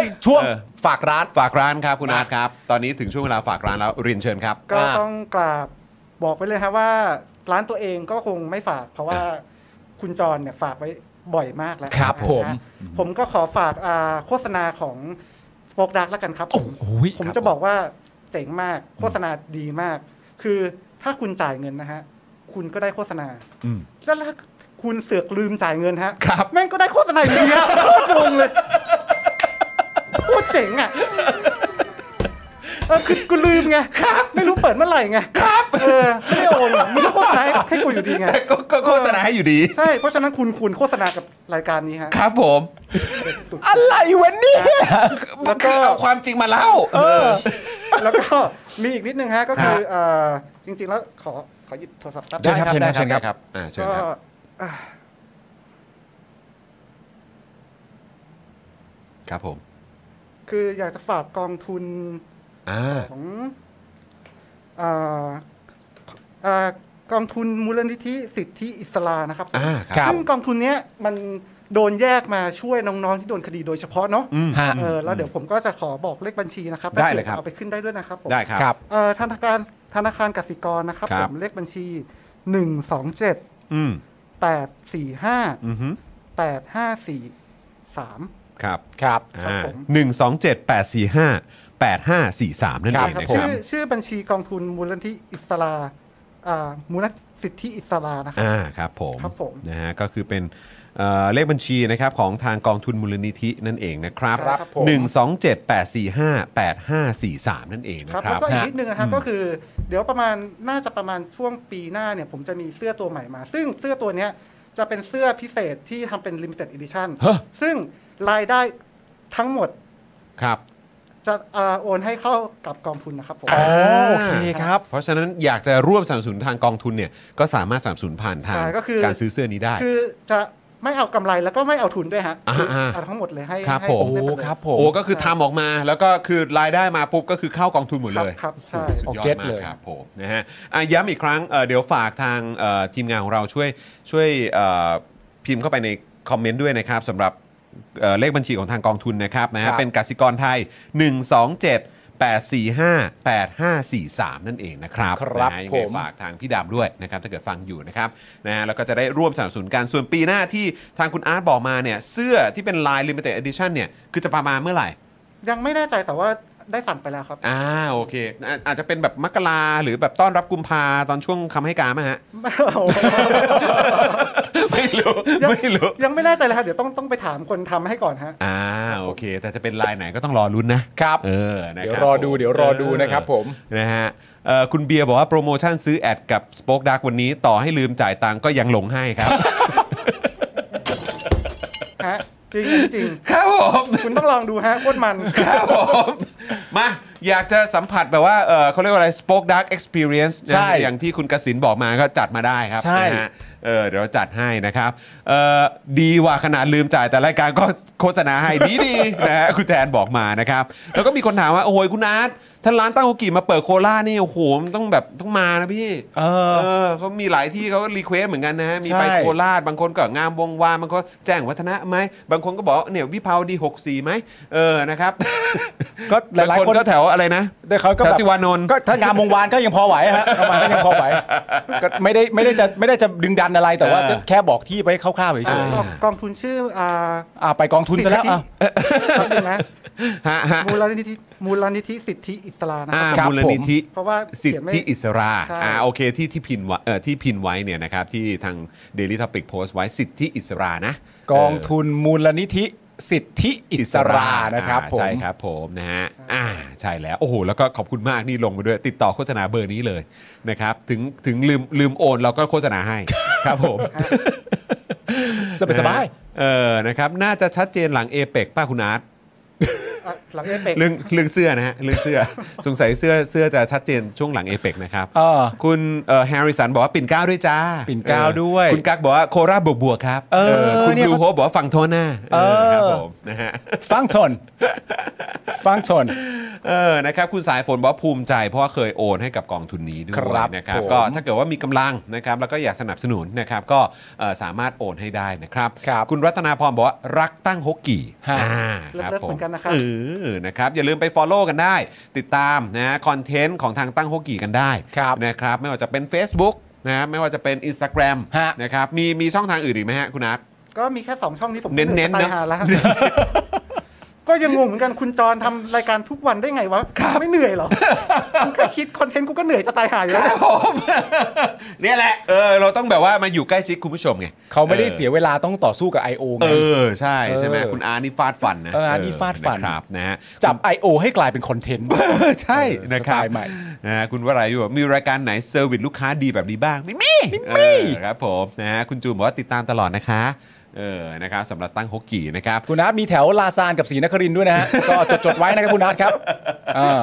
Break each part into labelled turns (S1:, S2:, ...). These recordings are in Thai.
S1: ยช่วง
S2: เออ
S1: ฝากร้าน
S2: ฝากร้านครับคุณอาร์ตครับ ตอนนี้ถึงช่วงเวลาฝากร้านแล้วเรียนเชิญครับ
S3: ก็
S1: อ่า
S3: ต้องกราบบอกไว้เลยครับว่าร้านตัวเองก็คงไม่ฝาก เพราะว่าคุณจรเนี่ยฝากไว้บ่อยมากแล้ว
S1: ครับ
S3: นะฮะ
S1: ผม
S3: ผมก็ขอฝากอ่าโฆษณาของโฟกดักแล้วกันครับ ผม
S1: อ้ย
S3: ผม
S2: ครับ
S3: จะ
S2: ผม
S3: บอกว่าเจ๋งมากโฆษณาดีมาก คือถ้าคุณจ่ายเงินนะฮะคุณก็ได้โฆษณา
S2: อืม
S3: แล้วถ้าคุณเสือกลืมจ่ายเงินฮะ
S1: ครับ
S3: แม่งก็ได้โฆษณาอยู่ดีอะโคตรงงเลยโคตรเจ๋งอ่ะเออคือกูลืมไงไม่รู้เปิดเมื่อไหร่ไงเออไม่ได้โอนอะมีแต่โฆษณาให้กูอยู่ดีไง
S2: แต่ก็ก็โฆษณาให้อยู่ดี
S3: ใช่เพราะฉะนั้นคุณคุณโฆษณากับรายการนี้ฮะ
S2: ครับผม
S1: อะไรวะเนี่ย
S3: แล้วก็
S2: คือเอาความจริงมาเล่า
S1: เออ
S3: แล้วก็ มีอีกนิดนึงฮะ ก็คือเอ่อจริง ๆ แล้วขอขอหยิบโทรศัพท์แป๊บ
S1: เชิญครับ
S2: ได้
S1: เชิญครับ
S2: ได้อ่าเชิญ
S3: ก็
S2: ครับ
S3: อ่ะ
S2: ครับผม
S3: คืออยากจะฝากกองทุน
S2: อ่า
S3: ของเอ่อเอ่อกองทุนมูลนิธิสิทธิอิสลานะครับ
S2: อ่าค
S1: ครั
S2: รั
S1: บ
S2: บ
S3: ซึ่งกองทุนเนี้ยมันโดนแยกมาช่วยน้องๆที่โดนคดีโดยเฉพาะเนาะ
S1: ฮะ
S3: เออแล้วเดี๋ยวผมก็จะขอบอกเลขบัญชีนะครับ
S2: ได้เลยครับ
S3: เอาไปขึ้นได้ด้วยนะครับผม
S2: ได้ครับ
S1: ครับ
S3: เอ่อธนาคารธนาคารกสิกรนะครับ
S2: ครั
S3: ผ
S2: บ
S3: มเลขบัญชีหนึ่งสองเจ็ด
S2: อืม
S3: แปดสี่ห้า
S2: อือฮึ
S3: แปดห้าสี่สาม
S2: ครับ
S1: ครับ
S2: อ่า
S3: ผม
S2: หนึ่งสองเจ็ดแปดสี่ห้าแปดห้าสี่สามนั่น
S1: ครั
S2: เอบ งนะค
S3: ชื่
S2: รั
S3: อบ ชื่อบัญชีกองทุนมูลนิธิอิสลาอ่ามูลนิธิสิทธิอิสลานะครับ
S2: อ่าครับผม
S3: ครับผม
S2: นะฮะก็คือเป็นเอ่อเลขบัญชีนะครับของทางกองทุนมูลนิธินั่นเองนะครับ
S3: ครับผม
S2: 1 2 7 8 4 5 8 5 4 3 นั่นเอง
S3: ครับ
S2: นะค
S3: แล้ว
S2: รับ
S3: ก็อีก
S1: ฮะ
S3: นิดนึงนะครับก็คือ เดี๋ยวประมาณน่าจะประมาณช่วงปีหน้าเนี่ยผมจะมีเสื้อตัวใหม่มา ซึ่งเสื้อตัวเนี้ยจะเป็นเสื้อพิเศษที่ทำเป็น limited edition
S2: ฮะ
S3: ซึ่งรายได้ทั้งหมด
S2: ครับ
S3: จะเอ่อโอนให้เข้ากับกองทุนนะครับผม
S1: อ๋อ โเคครับ
S2: เพราะฉะนั้นอยากจะร่วมสนับสนุนทางกองทุนเนี่ยก็สามารถสนับสนุนผ่านทาง
S3: ใช่ก็คือ
S2: การซื้อเสื้อนี้ได้
S3: คือจะไม่เอากำไรแล้วก็ไม่เอาทุนด้วยฮะ
S2: อ่าอ่า
S3: เอาทั้งหมดเลยให้
S2: ครับ
S3: ให้
S2: ผม
S1: โอ้
S3: ให้หดเลย
S1: ครับผม
S2: โอ้ก็คือทำออกมาแล้วก็คือรายได้มาปุ๊บก็คือเข้ากองทุนหมดเลย
S3: ครับครับใช่
S2: โอ้โหสุดยอ
S1: โอเค
S2: ดมาก
S1: เลย
S2: ครับผมนะฮะอ่ะย้ำอีกครั้งเอ่อเดี๋ยวฝากทางเอ่อทีมงานของเราช่วยช่วยเอ่อพิมพ์เข้าไปในคอมเมนต์ด้วยนะครับสำหรับเอ่อเลขบัญชีของทางกองทุนนะครับนะ
S1: ครั
S2: ฮะ
S1: บ
S2: เป็นกสิกรไทย 1 2 7 8 4 5 8 5 4 3 นั่นเองนะครับ
S1: ครับ
S2: นะฮะยังไง
S1: ผม
S2: ฝาก ฝากทางพี่ดำด้วยนะครับถ้าเกิดฟังอยู่นะครับนะฮะแล้วก็จะได้ร่วมสนับสนุนกันส่วนปีหน้าที่ทางคุณอาร์ตบอกมาเนี่ย เสื้อที่เป็นลาย Limited Edition เนี่ย คือจะประมาณเมื่อไหร่
S3: ยังไม่แน่ใจแต่ว่าได้สั่งไปแล้วครับ
S2: อ่าโอเคอาอาจจะเป็นแบบมกราหรือแบบต้อนรับกุมภาตอนช่วงคำให้การไหมฮะ
S3: ไม่เอา
S2: ไม่รู้
S3: ยัง
S2: ไม่รู้
S3: ยังไม่แน่ใจเลยครับเดี๋ยวต้องต้องไปถามคนทำให้ก่อนฮะ
S2: อ่าโอเค แต่จะเป็นลายไหนก็ต้องรอลุ้นนะครับ เออนะคบ
S1: เดี๋ยวรอดู
S2: ผม
S1: เดี๋ยวรอดูนะครับผม
S2: นะฮะเอ่อคุณเบียร์บอกว่าโปรโมชั่นซื้อแอดกับ Spoke Dark วันนี้ต่อให้ลืมจ่ายตังค์ก็ยังหลงให้ครับ
S3: ฮะจริงจริง
S2: ครับผม
S3: คุณต้องลองดูฮะโคตรมัน
S2: ครับผมมาอยากจะสัมผัสแบบว่าเออเขาเรียกว่าอะไร Spoke Dark Experience นะ
S1: ใช่
S2: อย่างที่คุณกสินบอกมาก็จัดมาได้ครับ
S1: ใช่
S2: นะฮะเออเดี๋ยวเราจัดให้นะครับเออดีว่าขนาดลืมจ่ายแต่รายการก็ โฆษณาให้ดีดีๆ นะฮะคุณแทนบอกมานะครับ แล้วก็มีคนถามว่า โอ้ยคุณอาร์ตท่านร้านตั้งโอกิมาเปิดโคราชนี่โอ้โหมันต้องแบบต้องมานะพี่
S1: เออ
S2: เออเขามีหลายที่เขารีเควสเหมือนกันนะฮะ มีไป
S1: ใช่
S2: โคราช บางคนก็งามวงวานบางคนแจ้งวัฒนะไหม บางคนก็บอกว่าเนี่ยวิภาวดี 64ไหม เออ นะครับ
S1: ก็หลายๆ
S2: บง
S1: คน
S2: ก็แถวอะไรนะ
S1: แต่เขาก็
S2: แถ
S1: แบบ
S2: วติวานนท์
S1: ก็ถ้างามวงวานก็ยังพอไหวฮะประมาณก็ยังพอไหวก็ไม่ได้ไม่ได้จะไม่ได้จะดึงดันอะไรแต่ว่าก็แค่บอกที่ไปคร่าวๆเฉย
S2: อ่า
S3: กองทุนชื่ออ่า
S1: ๆอ่าไปกองทุนซะแล้วอ่ะ
S3: แป๊บนึงนะ
S2: ฮะฮะ
S3: มูลนิธิมูลนิธิสิทธิอิสลานะ
S2: อ่า
S3: ค
S1: ครั
S3: รับ
S1: บ
S2: มูลนิธิ
S3: ผมเพราะว่า
S2: สิท
S3: เขียนไม่
S2: ธิอิสรา
S3: ใช่
S2: อ่าโอเคที่ที่พินไว้เอ่อที่พินไว้เนี่ยนะครับ ที่ทาง Daily Topic โพสต์ไว้สิทธิอิสรานะ
S1: กอง
S2: เ
S1: ทุนมูลนิธิสิทธิอิสรานะครับ
S2: อ่า
S1: ผม
S2: ใช่ครับผมนะฮะอ่าใช่แล้วโอ้โหแล้วก็ขอบคุณมากนี่ลงมาด้วย ติดต่อโฆษณาเบอร์นี้เลยนะครับถึงถึงลืมลืมโอนเราก็โฆษณาให้ ครับผม
S1: สบายสบาย
S2: เออนะครับน่าจะชัดเจนหลังเอเปกป้าคุณอาร์ต
S3: อ่ะหลังเอเปก
S2: เรื่องเรื่องเสื้อนะฮะเรื่องเสื้อ สงสัยเสื้อเสื้อจะชัดเจนช่วงหลังเอเปกนะครับ
S1: เออ
S2: คุณแฮร์ริสันบอกว่าปิ่นเกล้าด้วยจ้า
S1: ปิ่นเกล้าด้วย
S2: เออคุณกักบอกว่าโคราชบวกบวกๆครับ
S1: เออ
S2: คุณ
S1: เนี่ย
S2: บลู
S1: เขา
S2: โฮปบอกว่าฝั่งโทหน้าเออ
S1: เออ
S2: ครับผมนะฮะ
S1: ฟังชนฟังชน
S2: เออ นะครับ คุณสายฝนบอกว่าภูมิใจเพราะว่าเคยโอนให้กับกองทุนนี้ด้วย
S1: ครับ
S2: นะครับ
S1: ผม
S2: ก็ถ้าเกิดว่ามีกำลังนะครับ แล้วก็อยากสนับสนุนนะครับ ก็เอ่อสามารถโอนให้ได้นะครับ
S1: ครับ
S2: ณรัตนาพรบอกว่ารักตั้งฮกกี่
S1: ฮะ
S2: อ่า
S3: เลิ
S2: ค
S3: ฟ
S2: รับ
S3: เลิฟ
S2: ผ
S3: เหมื
S2: ม
S3: อนกันนะครับ
S2: เออ อนะครับอย่าลืมไป Follow กันได้ ติดตามนะคอนเทนต์ของทางตั้งโฮกีกันได้
S1: ครับ
S2: นะครับไม่ว่าจะเป็น Facebook นะไม่ว่าจะเป็น Instagram
S1: ฮะ
S2: นะครับมีมีช่องทางอื่นอีกไหมฮะคุณนัท
S3: ก็มีแค่สองช่องที่ผม
S2: เน้นๆ
S3: สไตล์
S2: เนอะ
S3: หา แล้วก็ยังงงเหมือนกันคุณจรทำรายการทุกวันได้ไงวะไม่เหนื่อยเหรอกูแค่คิดคอนเทนต์กูก็เหนื่อยจะตายหายอยู่แล้ว
S2: ผม เนี่ยแหละเออเราต้องแบบว่ามาอยู่ใกล้ชิดคุณผู้ชมไง
S1: เขาไม่ได้
S2: ออ
S1: เสียเวลาต้องต่อสู้กับ I.O. ไง
S2: เออ ใช่ใช่ไหม
S1: เออ
S2: คุณอาร์ตนี่ฟาดฟันนะ
S1: เอออาร์ตนี่ฟาดฟัน
S2: นะครับนะฮะ
S1: จับ I.O. ให้กลายเป็นคอนเทนต์
S2: ใช่
S1: เออ
S2: นะครับ
S1: สไตล์ใหม่
S2: นะฮะคุณวรายุบอกมีรายการไหนเซอร์วิสลูกค้าดีแบบนี้บ้าง ไม่มีเออครับผมนะฮะคุณจูนบอกว่าติดตามตลอดนะคะเออนะครับสำหรับตั้งฮกกี่นะครับ
S1: คุณอาร์ตมีแถวลาซานกับศรีนครินทร์ด้วยนะฮะ ก็จดจดๆไว้นะครับคุณอาร์ตครับอ่า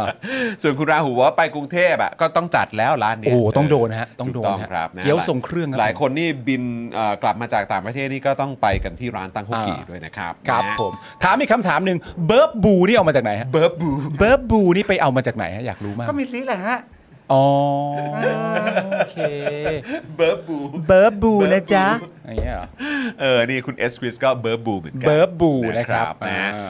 S2: ส่วนคุณราหูบอกว่าไปกรุงเทพอ่ะก็ต้องจัดแล้วร้านเนี้ย
S1: โอ้โหต้องโดนนะฮะต้องโด
S2: ถู
S1: น
S2: กต้อง
S1: นะฮะ
S2: ครับนะ
S1: เกี๊ยวทรงเครื่องรับ
S2: หลาย
S1: ผม
S2: คนนี่บินเอ่อกลับมาจากต่างประเทศนี่ก็ต้องไปกันที่ร้านตั้งฮกกี่
S1: อ่า
S2: ด้วยนะครับ
S1: ครับ
S2: นะฮะ
S1: ผม ถามอีกคำถามหนึ่งเบิร์บบูนี่เอามาจากไหนฮะ
S2: เบิร์บ บู
S1: เบิร์บบูนี่ไปเอามาจากไหนฮะอยากรู้มาก
S3: ก็มีซีแหละฮะ
S1: อ๋อโอเค
S2: เบิร์บบู
S1: เบิร์บบูนะจ๊ะอย่างเงี้ยเหรอ
S2: เออ นี่คุณเอสคริสก็เบิร์บบูเหมือนกั
S1: เบิร์บบูนะครับ
S2: นะฮะ
S1: อ่า